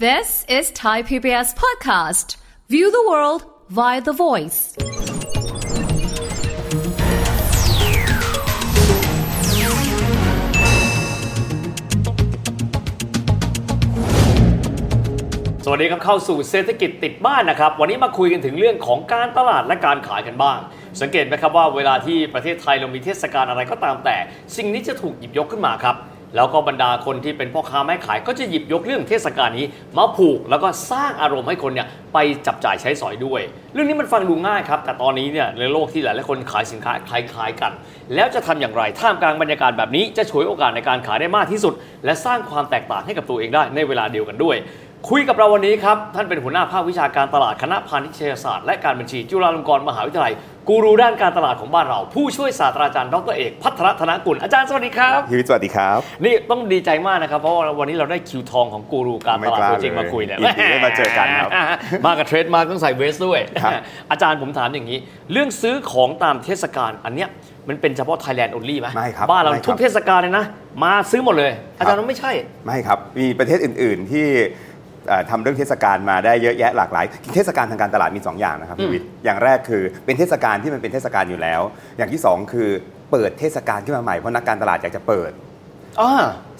This is Thai PBS Podcast. View the world via the voice. สวัสดีครับเข้าสู่เศรษฐกิจติดบ้านนะครับ วันนี้มาคุยกันถึงเรื่องของการตลาดและการขายกันบ้าง สังเกตไหมครับว่าเวลาที่ประเทศไทยเรามีเทศกาลอะไรก็ตามแต่ สิ่งนี้จะถูกหยิบยกขึ้นมาครับแล้วก็บรรดาคนที่เป็นพ่อค้าแม่ขายก็จะหยิบยกเรื่องเทศกาลนี้มาผูกแล้วก็สร้างอารมณ์ให้คนเนี่ยไปจับจ่ายใช้สอยด้วย เรื่องนี้มันฟังดูง่ายครับ แต่ตอนนี้เนี่ยในโลกที่หลายหลายๆคนขายสินค้าคล้ายๆกัน แล้วจะทำอย่างไรท่ามกลางบรรยากาศแบบนี้จะฉวยโอกาสในการขายได้มากที่สุด และสร้างความแตกต่างให้กับตัวเองได้ในเวลาเดียวกันด้วย คุยกับเราวันนี้ครับ ท่านเป็นหัวหน้าภาควิชาการตลาดคณะพาณิชยศาสตร์และการบัญชีจุฬาลงกรณ์มหาวิทยาลัย กูรูด้านการตลาดของบ้านเรา ผู้ช่วยศาสตราจารย์ดรเอกพัทรธนกุลอาจารย์สวัสดีครับ พี่วิทย์สวัสดีครับ นี่ต้องดีใจมากนะครับ เพราะว่าวันนี้เราได้คิวทองของกูรูการตลาดตัวจริงมาคุยเนี่ย นดีได้มาเจอกันครับ อ่าฮะมากับเทรดมาร์คต้องใส่เวสด้วย ครับ อาจารย์ผมถามอย่างนี้ เรื่องซื้อของตามเทศกาลอันเนี้ยมันเป็นเฉพาะ Thailand only ไหม ไม่ครับ บ้านเรา ไม่ครับ ทุกเทศกาลเลยนะ มาซื้อหมดเลย อาจารย์ ครับ ว่าไม่ใช่ ไม่ครับ มีประเทศอื่น ๆ ที่เอ่อทำเรื่องเทศกาลมาได้เยอะแยะหลากหลาย เทศกาลทางการตลาดมี 2 อย่างนะครับพี่วิทย์อย่างแรกคือเป็นเทศกาลที่มันเป็นเทศกาลอยู่แล้ว อย่างที่ 2 คือเปิดเทศกาลขึ้นมาใหม่เพราะนักการตลาดอยากจะเปิด อ่า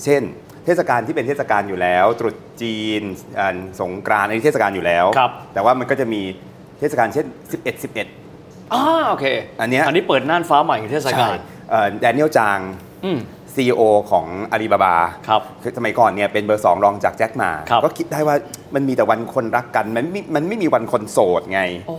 เช่น เทศกาลที่เป็นเทศกาลอยู่แล้ว ตรุษจีนอ่าสงกรานต์อันนี้เทศกาลอยู่แล้ว ครับ แต่ว่ามันก็จะมีเทศกาลเช่น 11 11 อ่าโอเค อันเนี้ย อันนี้เปิดน่านฟ้าใหม่ของเทศกาล แดเนียลจาง อืม ซีอของอาลีบาบา ครับ คือสมัยก่อนเนี่ยเป็นเบอร์ 2 รองจากแจ็คหมา ครับ ก็คิดได้ว่ามันมีแต่วันคนรักกัน มันไม่มันไม่มีวันคนโสดไง โอ้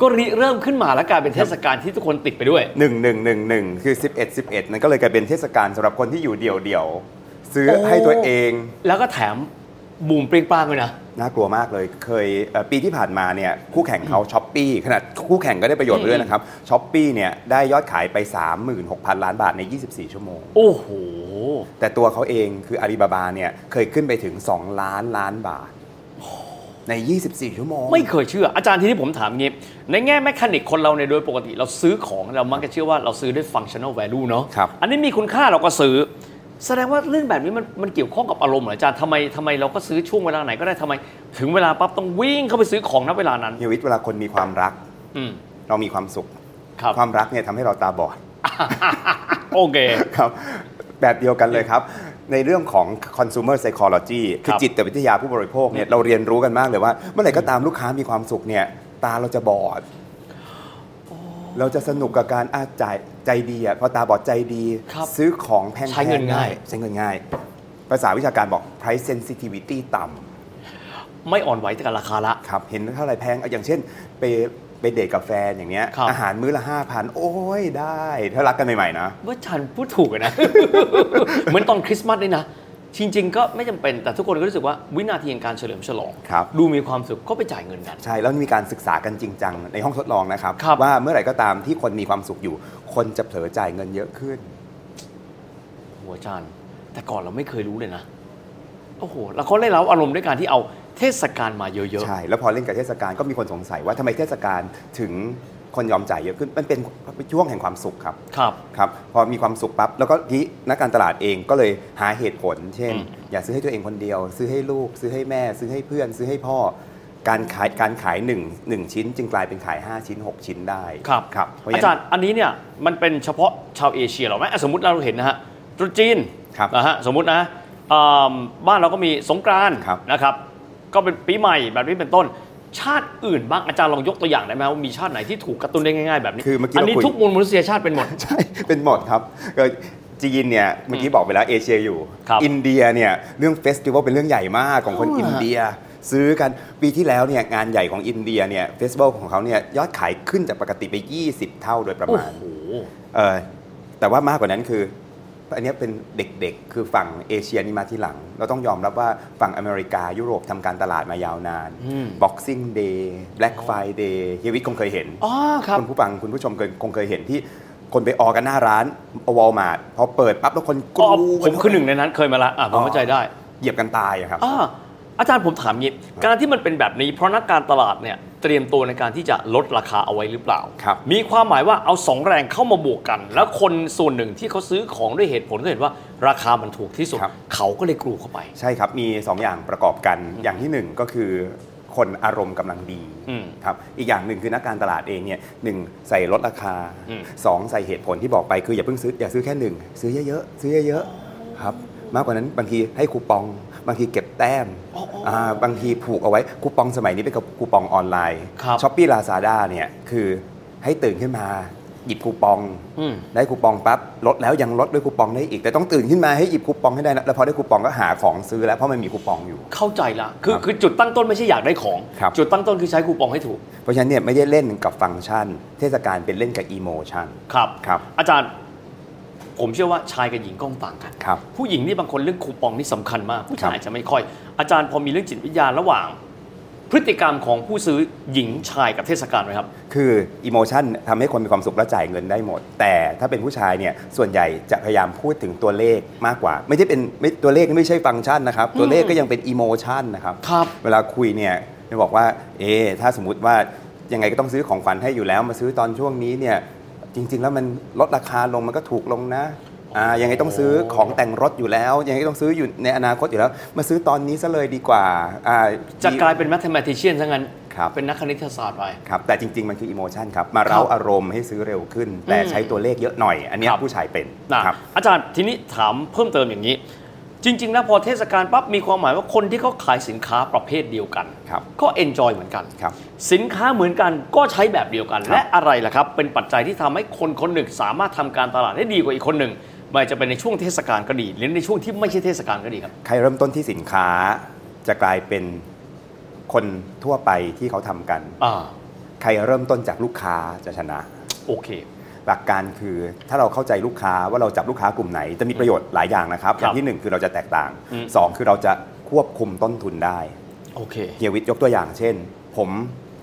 ก็ริเริ่มขึ้นมาแล้วกลายเป็นเทศกาลที่ทุกคนติดไปด้วย 1 1 1 1 คือ 11 11 นั่นก็เลยกลายเป็นเทศกาลสำหรับคนที่อยู่เดี่ยวเดี่ยวๆซื้อ โอ้ ให้ตัวเอง แล้วก็แถมบูมเปรียงปร้างเลยนะ น่ากลัวมากเลย เคยเอ่อปีที่ผ่านมาเนี่ยคู่แข่งเขาช้อปปี้ขนาดคู่แข่งก็ได้ประโยชน์ไปด้วยนะครับช้อปปี้เนี่ยได้ยอดขายไป 36,000 ล้านบาทใน 24 ชั่วโมง โอ้โห แต่ตัวเขาเองคืออาลีบาบาเนี่ยเคยขึ้นไปถึง 2 ล้านล้านบาท ใน 24 ชั่วโมง ไม่เคยเชื่อ อาจารย์ที่ที่ผมถามงี้ ในแง่แมคานิกคนเราในยโดยปกติเราซื้อของเรามักจะเชื่อว่าเราซื้อด้วยฟังชั่น a ลแวลูเนาะ ครับ อันนี้มีคุณค่าเราก็ซื้อ แสดงว่าเรื่องแบบนี้มันมันเกี่ยวข้องกับอารมณ์เหรออาจารย์ทำไมทำไมเราก็ซื้อช่วงเวลาไหนก็ได้ทำไม ถึงเวลาปั๊บต้องวิ่งเข้าไปซื้อของณเวลานั้น เฮียวิทย์เวลาคนมีความรัก อืม เรามีความสุข ครับ ความรักเนี่ยทำให้เราตาบอด โอเค ครับ แบบเดียวกันเลยครับ ในเรื่องของ consumer psychology คือ ครับ จิตวิทยาผู้บริโภคเนี่ยเราเรียนรู้กันมากเลยว่า เมื่อไหร่ก็ตามลูกค้ามีความสุขเนี่ยตาเราจะบอด เราจะสนุกกับการอาจ่ายใจดีอ่ะพอตาบอดใจดี ครับ ซื้อของแพงๆ ใช้เงินง่าย ใช้เงินง่าย ภาษาวิชาการบอก price sensitivity ต่ำ ไม่อ่อนไหวต่อกับราคาละ ครับเห็นเท่าไหรแพงเอาอย่างเช่น ไปไปเดทกับแฟนอย่างเงี้ย ครับ อาหารมื้อละห้าพันโอ้ยได้ ถ้ารักกันใหม่ ๆ นะ ว่าฉันพูดถูกอะ นะ เหมือนตอนคริสต์มาสเลยนะ จริง ๆ ก็ไม่จำเป็นแต่ทุกคนก็รู้สึกว่าวินาทีแห่งการเฉลิมฉลอง ครับ ดูมีความสุขก็ไปจ่ายเงินกัน ใช่ แล้วมีการศึกษากันจริงจังในห้องทดลองนะครับ ครับ ว่าเมื่อไหร่ก็ตามที่คนมีความสุขอยู่ คนจะเผลอจ่ายเงินเยอะขึ้น หัวจานแต่ก่อนเราไม่เคยรู้เลยนะ โอ้โห แล้วเขาได้รับอารมณ์ด้วยการที่เอาเทศกาลมาเยอะ ใช่ แล้วพอเล่นกับเทศกาลก็มีคนสงสัยว่าทำไมเทศกาลถึงคนยอมจ่ายเยอะขึ้นมันเป็นช่วงแห่งความสุขครับ ๆ ครับ ครับพอมีความสุขปั๊บแล้วก็ทีนี้นักการตลาดเองก็เลยหาเหตุผล เช่น อืม อย่าซื้อให้ตัวเองคนเดียว ซื้อให้ลูก ซื้อให้แม่ ซื้อให้เพื่อน ซื้อให้พ่อ การขายการขายหนึ่งหนึ่งชิ้น จึงกลายเป็นขาย 5 ชิ้น 6 ชิ้นได้ ครับ ครับอาเพะฉะนั้น จารย์อันนี้เนี่ยมันเป็นเฉพาะชาวเอเชียเหรอไหมอ่ะสมมติเราเห็นนะฮะตรุษจีน ครับ นะฮะสมมตินะอ่าบ้านเราก็มีสงกรานต์ ครับ นะครับ ก็เป็นปีใหม่แบบนี้เป็นต้น ชาติอื่นบ้างอาจารย์ลองยกตัวอย่างได้ไหมว่ามีชาติไหนที่ถูกกระตุ้นได้ง่ายๆแบบนี้ คือเมื่อกี้ อัน เรา นี้ คุย ทุกมวลมนุษยชาติเป็นหมด ใช่ เป็นหมดครับเอ่อจีนเนี่ยเมื่อกี้บอกไปแล้วเอเชียอยู่ ครับ อินเดียเนี่ยเรื่องเฟสติวัลเป็นเรื่องใหญ่มากของคน อ๋ออิ อินเดีย ซื้อกันปีที่แล้วเนี่ยงานใหญ่ของอินเดียเนี่ยเฟสติวัลของเขาเนี่ยยอดขายขึ้นจากปกติไป 20 เท่าโดยประ โอ้ มาณ โห เออแต่ว่ามากกว่านั้นคือ อันเนี้ยเป็นเด็กๆ คือฝั่งเอเชียนี่มาทีหลัง เราต้องยอมรับว่าฝั่งอเมริกายุโรปทำการตลาดมายาวนาน อืม Boxing Day Black Friday เฮียวิทย์คงเคยเห็น อ๋อครับ คุณผู้ฟังคุณผู้ชมเคยคงเคยเห็นที่คนไปออกันหน้าร้านวอลมาร์ทพอเปิดปั๊บแล้วคนกรู อ๋อผม กั คือหนึ่งในนั้นเคยมาละอ่ะผมเข้าใจได้ เหยียบกันตายอะครับ อ่า อาจารย์ผมถามงี้การที่มันเป็นแบบนี้เพราะนักการตลาดเนี่ยเตรียมตัวในการที่จะลดราคาเอาไว้หรือเปล่า ครับ มีความหมายว่าเอาสองแรงเข้ามาบวกกัน แล้วคนส่วนหนึ่งที่เขาซื้อของด้วยเหตุผลก็เห็นว่าราคามันถูกที่สุด ครับ เขาก็เลยกลูเข้าไป ใช่ครับ มี 2 อย่างประกอบกัน อย่างที่ 1 ก็คือคนอารมณ์กำลังดี อืม ครับอีกอย่างหนึ่งคือนักการตลาดเองเนี่ยหนึ่งใส่ลดราคา อืม 2 ใส่เหตุผลที่บอกไปคืออย่าเพิ่งซื้ออย่าซื้อแค่หนึ่งซื้อเยอะๆซื้อเยอะๆครับมากกว่านั้นบางทีให้คูปอง บางทีเก็บแต้มอ่าบางทีผูกเอาไว้คูปองสมัยนี้เป็นคูปองออนไลน์ ครับ ช้อปปี้ลาซาด้าเนี่ยคือให้ตื่นขึ้นมาหยิบคูปอง อืม ได้คูปองปั๊บลดแล้วยังลดด้วยคูปองได้อีก แต่ต้องตื่นขึ้นมาให้หยิบคูปองให้ได้นะแล้วพอได้คูปองก็หาของซื้อแล้วเพราะมันมีคูปองอยู่ เข้าใจละคือ ครับ คือจุดตั้งต้นไม่ใช่อยากได้ของ ครับ จุดตั้งต้นคือใช้คูปองให้ถูก เพราะฉะนั้นเนี่ยไม่ได้เล่นกับฟังก์ชัน เทศกาลเป็นเล่นกับอีโมชัน ครับ ครับ อาจารย์ผมเชื่อว่าชายกับหญิงก็ต่างกัน ครับ ผู้หญิงนี่บางคนเรื่องคูปองนี่สำคัญมากผู้ชาย ครับ อาจจะไม่ค่อย อาจารย์พอมีเรื่องจิตวิทยาระหว่าง พฤติกรรมของผู้ซื้อหญิงชายกับเทศกาลไหมครับ คืออิโมชันทำให้คนมีความสุขและจ่ายเงินได้หมด แต่ถ้าเป็นผู้ชายเนี่ยส่วนใหญ่จะพยายามพูดถึงตัวเลขมากกว่า ไม่ได้เป็นไม่ตัวเลขนี่ไม่ใช่ฟังก์ชันนะครับ ตัวเลขก็ยังเป็นอิโมชันนะครับ ครับ เวลาคุยเนี่ยจะบอกว่า เอ๊ะถ้าสมมติว่ายังไงก็ต้องซื้อของขวัญให้อยู่แล้ว มาซื้อตอนช่วงนี้เนี่ย จริง ๆ แล้วมันลดราคาลงมันก็ถูกลงนะอ่ายังไงต้องซื้อของแต่งรถอยู่แล้ว ยังไงต้องซื้ออยู่ในอนาคตอยู่แล้ว มาซื้อตอนนี้ซะเลยดีกว่าอ่า จะกลายเป็น mathematician ซะงั้น ครับ เป็นนักคณิตศาสตร์ไป ครับแต่จริง ๆ มันคืออิโมชันครับ มาเร้า ครับ อารมณ์ให้ซื้อเร็วขึ้น แต่ใช้ตัวเลขเยอะหน่อย อันเนี้ย ครับ ผู้ชายเป็น นะครับ อาจารย์ทีนี้ถามเพิ่มเติมอย่างนี้ จริง ๆ นะพอเทศกาลปั๊บมีความหมายว่าคนที่เขาขายสินค้าประเภทเดียวกัน ครับ ก็ enjoy เหมือนกัน ครับ สินค้าเหมือนกันก็ใช้แบบเดียวกัน ครับ และอะไรล่ะครับ เป็นปัจจัยที่ทำให้คนคนหนึ่งสามารถทำการตลาดได้ดีกว่าอีกคนหนึ่งไม่ว่าจะเป็นในช่วงเทศกาลก็ดีหรือในช่วงที่ไม่ใช่เทศกาลก็ดีครับ ใครเริ่มต้นที่สินค้าจะกลายเป็นคนทั่วไปที่เขาทำกัน อ่า ใครเริ่มต้นจากลูกค้าจะชนะ โอเค หลักการคือถ้าเราเข้าใจลูกค้าว่าเราจับลูกค้ากลุ่มไหนจะมีประโยชน์หลายอย่างนะครับ ครับ อย่างทีหนึ่งคือเราจะแตกต่าง อืม สองคือเราจะควบคุมต้นทุนได้ โอเค เฮียวิทย์ยกตัวอย่างเช่น ผม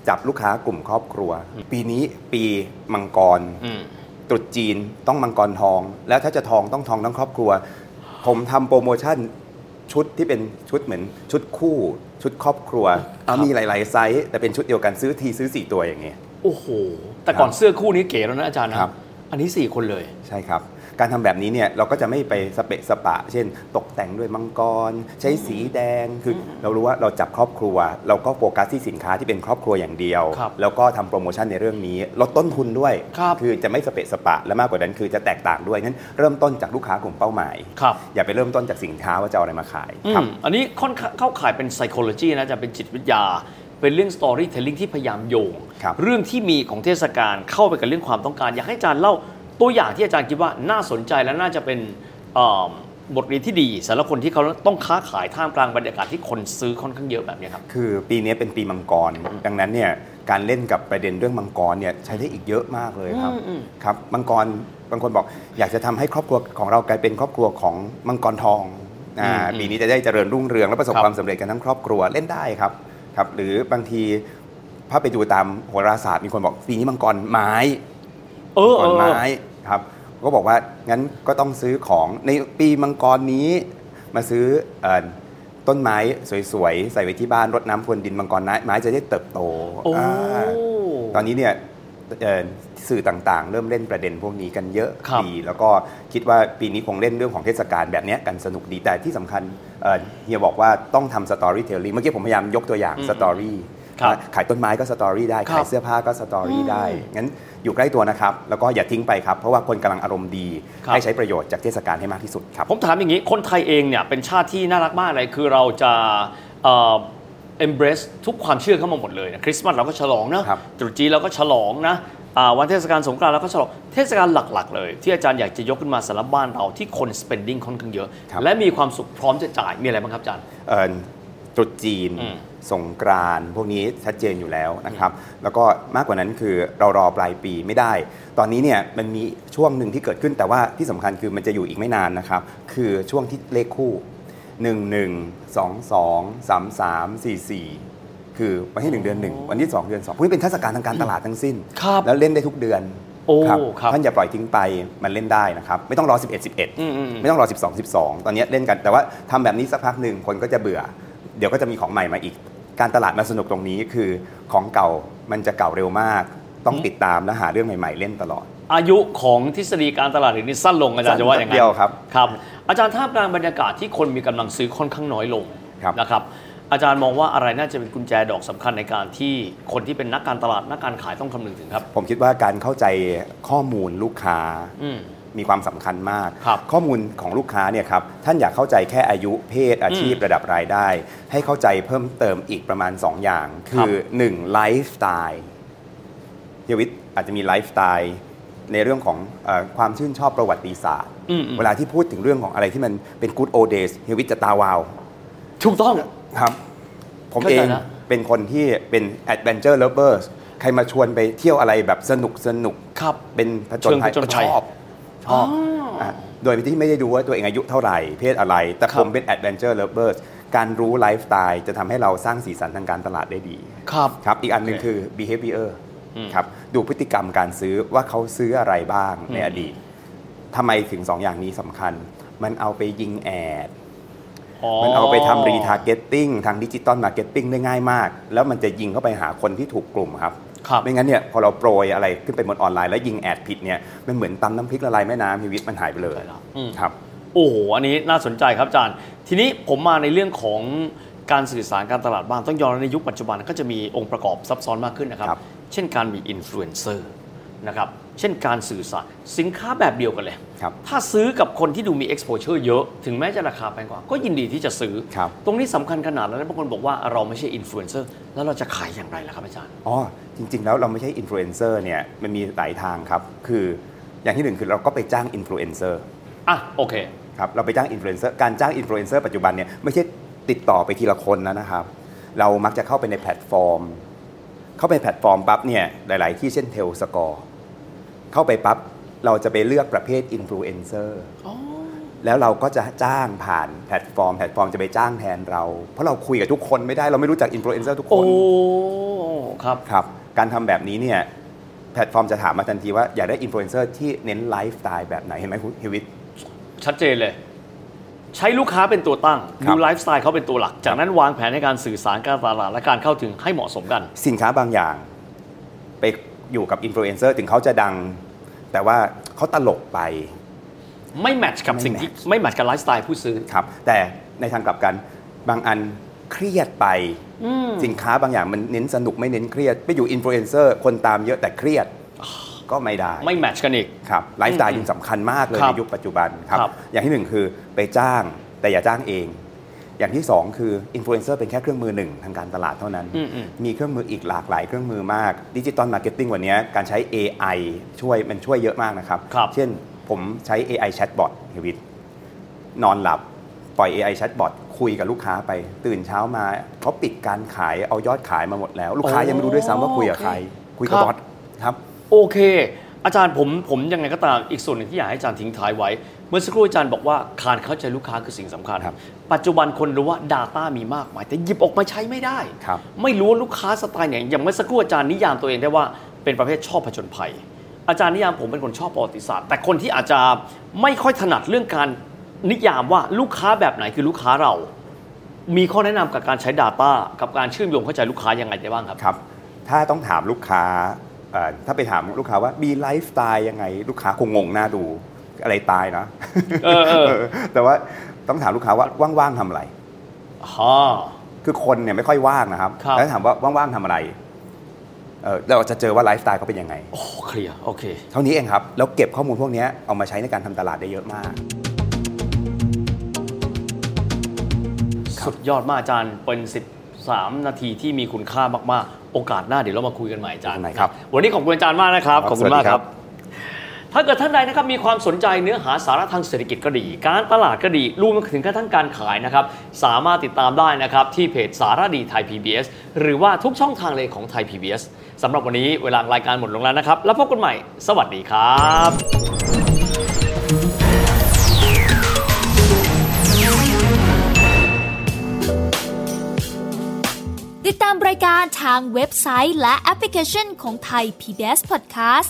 จับลูกค้ากลุ่มครอบครัว ปีนี้ปีมังกร อืม ตรุษจีนต้องมังกรทอง แล้วถ้าจะทองต้องทองทั้งครอบครัว ผมทำโปรโมชั่นชุดที่เป็นชุดเหมือนชุดคู่ ชุดครอบครัวเอามีหลายๆไซส์แต่เป็นชุดเดียวกันซื้อทีซื้อสี่ตัวอย่างเงี้ย โอ้โห แต่ก่อนเสื้อคู่นี้เก๋แล้วนะอาจารย์นะครับ อันนี้สี่คนเลย ใช่ครับ การทำแบบนี้เนี่ยเราก็จะไม่ไปสเปะสปะ เช่น ตกแต่งด้วยมังกร ใช้สีแดง คือเรารู้ว่าเราจับครอบครัว เราก็โฟกัสที่สินค้าที่เป็นครอบครัวอย่างเดียว ครับ แล้วก็ทำโปรโมชั่นในเรื่องนี้ ลดต้นทุนด้วย ครับ อจะไม่สเปะสปะ และมากกว่านั้นคือจะแตกต่างด้วยนั้นเริ่มต้นจากลูกค้ากลุ่มเป้าหมาย ครับ อย่าไปเริ่มต้นจากสินค้าว่าจะเอาอะไรมาขาย อื ครั ม บ อันนี้ค่อนข้างเข้าข่ายเป็น psychology นะอาจะเป็นจิตวิทยา เป็นเรื่อง storytelling ที่พยายามโยง ครับ เรื่องที่มีของเทศกาลเข้าไปกับเรื่องความต้องการ อยากให้อาจารย์เล่าตัวอย่างที่อาจารย์คิดว่าน่าสนใจและน่าจะเป็นเอ่อบทเรียนที่ดีสำหรับคนที่เขาต้องค้าขายท่ามกลางบรรยากาศที่คนซื้อค่อนข้างเยอะแบบเนี้ยครับ คือปีนี้เป็นปีมังกร ดังนั้นเนี่ยการเล่นกับประเด็นเรื่องมังกรเนี่ยใช้ได้อีกเยอะมากเลยครับครับมังกรบางคนบอกอยากจะทำให้ครอบครัวของเรากลายเป็นครอบครัวของมังกรทองอ่า อืม ปีนี้จะได้เจริญรุ่งเรืองและประสบ ครับ ความสำเร็จกันทั้งครอบครัวเล่นได้ครับครับ หรือบางทีถ้าไปดูตามโหราศาสตร์มีคนบอกปีนี้มังกรไม้ เออ ก่อน เออ ไม้ครับ ก็บอกว่างั้นก็ต้องซื้อของในปีมังกรนี้ มาซื้อเอ่อต้นไม้สวยๆ ใส่ไว้ที่บ้านรดน้ำพรวนดินมังกรไม้จะได้เติบโต โอ้ อ่าตอนนี้เนี่ยเอ่อสื่อต่างๆ เริ่มเล่นประเด็นพวกนี้กันเยอะ ครับ ดี แล้วก็คิดว่าปีนี้คงเล่นเรื่องของเทศกาลแบบเนี้ยกันสนุกดีแต่ที่สำคัญเอ่อเฮียบอกว่าต้องทำสตอรี่เทลลิงเมื่อกี้ผมพยายามยกตัวอย่างสตอรี่ ครับ ขายต้นไม้ก็สตอรี่ได้ ครับ ขายเสื้อผ้าก็สตอรี่ได้ งั้นอยู่ใกล้ตัวนะครับ แล้วก็อย่าทิ้งไปครับ เพราะว่าคนกำลังอารมณ์ดี ครับ ให้ใช้ประโยชน์จากเทศกาลให้มากที่สุดครับ ผมถามอย่างนี้ คนไทยเองเนี่ยเป็นชาติที่น่ารักมากเลย คือเราจะเอ่อ embrace ทุกความเชื่อเข้ามาหมดเลยนะคริสต์มาสเราก็ฉลองนะครับ ตรุษจีนเราก็ฉลองนะอ่าวันเทศกาลสงกรานต์เราก็ฉลอง เทศกาลหลัก ๆ เลย ที่อาจารย์อยากจะยกขึ้นมาสำหรับบ้านเราที่คน spending ค่อนข้างเยอะ และมีความสุขพร้อมจะจ่าย มีอะไรบ้างครับอาจารย์ เอิ่นตรุษจีน อืม สงกรานต์พวกนี้ชัดเจนอยู่แล้วนะครับ แล้วก็มากกว่านั้นคือเรารอปลายปีไม่ได้ ตอนนี้เนี่ยมันมีช่วงหนึ่งที่เกิดขึ้นแต่ว่าที่สำคัญคือมันจะอยู่อีกไม่นานนะครับ คือช่วงที่เลขคู่ 1 1 2 2 3 3 4 4 คือวันที่ 1 เดือน 1 วันที่ 2 เดือน2พวกนี้เป็นเทศกาลทางการตลาดทั้งสิ้น ครับ แล้วเล่นได้ทุกเดือน โอ้ครับ ท่านอย่าปล่อยทิ้งไปมันเล่นได้นะครับ ไม่ต้องรอ 11 11 ไม่ต้องรอ 12 12 ตอนนี้เล่นกัน แต่ว่าทำแบบนี้สักพักหนึ่งคนก็จะเบื่อ เดี๋ยวก็จะมีของใหม่มาอีก การตลาดมาสนุกตรงนี้คือของเก่ามันจะเก่าเร็วมาก ต้องติดตามและหาเรื่องใหม่ ๆ เล่นตลอด อายุของทฤษฎีการตลาดเหล่านี้สั้นลงอาจารย์จะว่าอย่างนั้สั้นเดี น ยวครับ ครับ อาจารย์ท่ามกลางบรรยากาศที่คนมีกำลังซื้อค่อนข้างน้อยลง ครับ นะครับ อาจารย์มองว่าอะไรน่าจะเป็นกุญแจดอกสำคัญในการที่คนที่เป็นนักการตลาดนักการขายต้องคำนึงถึงครับ ผมคิดว่าการเข้าใจข้อมูลลูกค้า อืม มีความสำคัญมาก ครับ ข้อมูลของลูกค้าเนี่ยครับท่านอยากเข้าใจแค่อายุเพศอาชีพระดับรายได้ ให้เข้าใจเพิ่มเติมอีกประมาณ 2 อย่าง คือ1ไลฟ์สไตล์เฮียวิทย์อาจจะมีไลฟ์สไตล์ในเรื่องของเออความชื่นชอบประวัติศาสตร์ อืมอืม เวลาที่พูดถึงเรื่องของอะไรที่มันเป็น good old days เฮียวิทย์จะตาวาว ถูกต้อง ครับ ผม เข้า เอ ใจ ง ละ เป็นคนที่เป็น adventure lovers ใครมาชวนไปเที่ยวอะไรแบบสนุกสนุก ครับ เป็นผจญภัย เชิงผจญภัย ชอบชอบะโดยที่ไม่ได้ดูว่าตัวเองอายุเท่าไหร่ เพศอะไร แต่ ครั ผ บ มเป็น adventure lovers การรู้ไลฟ์สไตล์จะทำให้เราสร้างสีสันทางการตลาดได้ดี ครับ ครับ อีกอันหนึ่ง โอเค คือ behavior อืม ครับ ดูพฤติกรรมการซื้อว่าเขาซื้ออะไรบ้างใน อืม อดีตทำไมถึงสองอย่างนี้สำคัญ มันเอาไปยิงแอด มันเอาไปทำรีทาร์เก็ตติ้งทางดิจิตอลมาร์เก็ตติ้งได้ง่ายมาก แล้วมันจะยิงเข้าไปหาคนที่ถูกกลุ่มครับ ครับ ไม่งั้นเนี่ยพอเราโปรยอะไรขึ้นไปบนออนไลน์แล้วยิงแอดผิดเนี่ยมันเหมือนตำน้ำพริกละลายแม่น้ำชีวิตมันหายไปเลย อืม ครับ โอ้โห อันนี้น่าสนใจครับอาจารย์ ทีนี้ผมมาในเรื่องของการสื่อสารการตลาดบ้าง ต้องยอมรับในยุคปัจจุบันก็จะมีองค์ประกอบซับซ้อนมากขึ้นนะครับ ครับ เช่นการมีอินฟลูเอนเซอร์นะครับ เช่นการสื่อสารสินค้าแบบเดียวกันเลย ครับ ถ้าซื้อกับคนที่ดูมี exposure เยอะ ถึงแม้จะราคาแพงกว่า ก็ยินดีที่จะซื้อ ครับ ตรงนี้สำคัญขนาดนั้นแล้วบางคนบอกว่าเราไม่ใช่อินฟลูเอนเซอร์แล้วเราจะขายอย่างไรล่ะครับอาจารย์ อ๋อจริง ๆ แล้วเราไม่ใช่อินฟลูเอนเซอร์เนี่ยมันมีหลายทางครับ คืออย่างที่หนึ่งคือเราก็ไปจ้างอินฟลูเอนเซอร์ อ่ะ โอเค ครับเราไปจ้างอินฟลูเอนเซอร์การจ้างอินฟลูเอนเซอร์ปัจจุบันเนี่ยไม่ใช่ติดต่อไปทีละคนแล้วนะครับ เรามักจะเข้าไปในแพลตฟอร์ม เข้าไปแพลตฟอร์มปั๊บเนี่ยหลาย ๆ ที่เช่นเทลสกอร์เข้าไปปั๊บเราจะไปเลือกประเภทอินฟลูเอนเซอร์แล้วเราก็จะจ้างผ่านแพลตฟอร์ม แพลตฟอร์มจะไปจ้างแทนเรา เพราะเราคุยกับทุกคนไม่ได้เราไม่รู้จักอินฟลูเอนเซอร์ทุกค โอ้ น ครับ ครับการทำแบบนี้เนี่ยแพลตฟอร์มจะถามมาทันทีว่าอยากได้อินฟลูเอนเซอร์ที่เน้นไลฟ์สไตล์แบบไหนเห็นไหมคุณเฮวิต ชัดเจนเลย ใช้ลูกค้าเป็นตัวตั้ง ครั ดู บ ไลฟ์สไตล์เขาเป็นตัวหลัก จากนั้นวางแผนในการสื่อสารการตลาดและการเข้าถึงให้เหมาะสมกัน สินค้าบางอย่างไปอยู่กับอินฟลูเอนเซอร์ถึงเขาจะดัง แต่ว่าเขาตลกไป ไม่แมทช์กับ ไม่ สิ่งที่ match ไม่แมทช์กับไลฟ์สไตล์ผู้ซื้อ ครับ แต่ในทางกลับกันบางอันเครียดไป สินค้าบางอย่างมันเน้นสนุกไม่เน้นเครียด ไปอยู่อินฟลูเอนเซอร์คนตามเยอะแต่เครียดก็ไม่ได้ ไม่แมทช์กันอีก ครับไลฟ์สไตล์ยิ่งสำคัญมากเลย ครับ ในยุคปัจจุบันครับ ครับ อย่างที่หนึ่งคือไปจ้างแต่อย่าจ้างเอง อย่างที่สองคืออินฟลูเอนเซอร์เป็นแค่เครื่องมือหนึ่งทางการตลาดเท่านั้น อืมอืม มีเครื่องมืออีกหลากหลายเครื่องมือมากดิจิตอลมาร์เก็ตติ้งวันนี้การใช้ AI ช่วยมันช่วยเยอะมากนะครับ ครับ เช่นผมใช้ AI Chatbot เฮยวิทนอนหลับ ปล่อย AI Chatbot คุยกับลูกค้าไป ตื่นเช้ามาเขาปิดการขายเอายอดขายมาหมดแล้ว ลูกค้า โอ้ ยังไม่รู้ด้วยซ้ำว่าคุยกับใคร โอเค คุยกับ ครับ บ อทครับ โอเค อาจารย์ผมผมยังไงก็ตามอีกส่วนหนึ่งที่อยากให้อาจารย์ทิ้งท้ายไว้ เมื่อสักครู่อาจารย์บอกว่าการเข้าใจลูกค้าคือสิ่งสำคัญ ครับ ปัจจุบันคนรู้ว่า Data มีมากมาย แต่หยิบออกมาใช้ไม่ได้ ครับ ไม่รู้ว่าลูกค้าสไตล์ไหนอย่างเมื่อสักครู่อาจารย์นิยามตัวเองได้ว่าเป็นประเภทชอบผจญภัย อาจารย์นิยามผมเป็นคนชอบประวัติศาสตร์ แต่คนที่อาจจะไม่ค่อยถนัดเรื่องการนิยามว่าลูกค้าแบบไหนคือลูกค้าเรา มีข้อแนะนำกับการใช้ Data กับการเชื่อมโยงเข้าใจลูกค้ายังไงได้บ้างครับ ครับ ถ้าต้องถามลูกค้าเอ่อถ้าไปถามลูกค้าว่ามีไลฟ์สไตล์ยังไง ลูกค้าคงงงหน้าดูอะไรตายนะ เออเออ แต่ว่าต้องถามลูกค้าว่าว่างๆทำอะไร อ๋อ คือคนเนี่ยไม่ค่อยว่างนะครับ ครับ แล้วถามว่าว่างๆทำอะไรเออเราจะเจอว่าไลฟ์สไตล์เขาเป็นยังไง โอ้เคลียร์โอเค เท่านี้เองครับ แล้วเก็บข้อมูลพวกเนี้ยเอามาใช้ในการทำตลาดได้เยอะมาก สุดยอดมากอาจารย์เป็น 13 นาทีที่มีคุณค่ามาก ๆ โอกาสหน้าเดี๋ยวเรามาคุยกันใหม่อาจารย์ ได้ครับ วันนี้ขอบคุณอาจารย์มากนะครับ ครับ ขอบคุณมากค สวัสดีครั รับ บ ถ้าเกิดท่านใดนะครับมีความสนใจเนื้อหาสาระทางเศรษฐกิจก็ดี การตลาดก็ดีรวมถึงกระทั่งการขายนะครับ สามารถติดตามได้นะครับ ที่เพจสารดีไทย PBS หรือว่าทุกช่องทางเลยของไทย PBS สำหรับวันนี้เวลารายการหมดลงแล้วนะครับ แล้วพบกันใหม่ สวัสดีครับ ติดตามรายการทางเว็บไซต์และแอปพลิเคชันของไทย PBS Podcast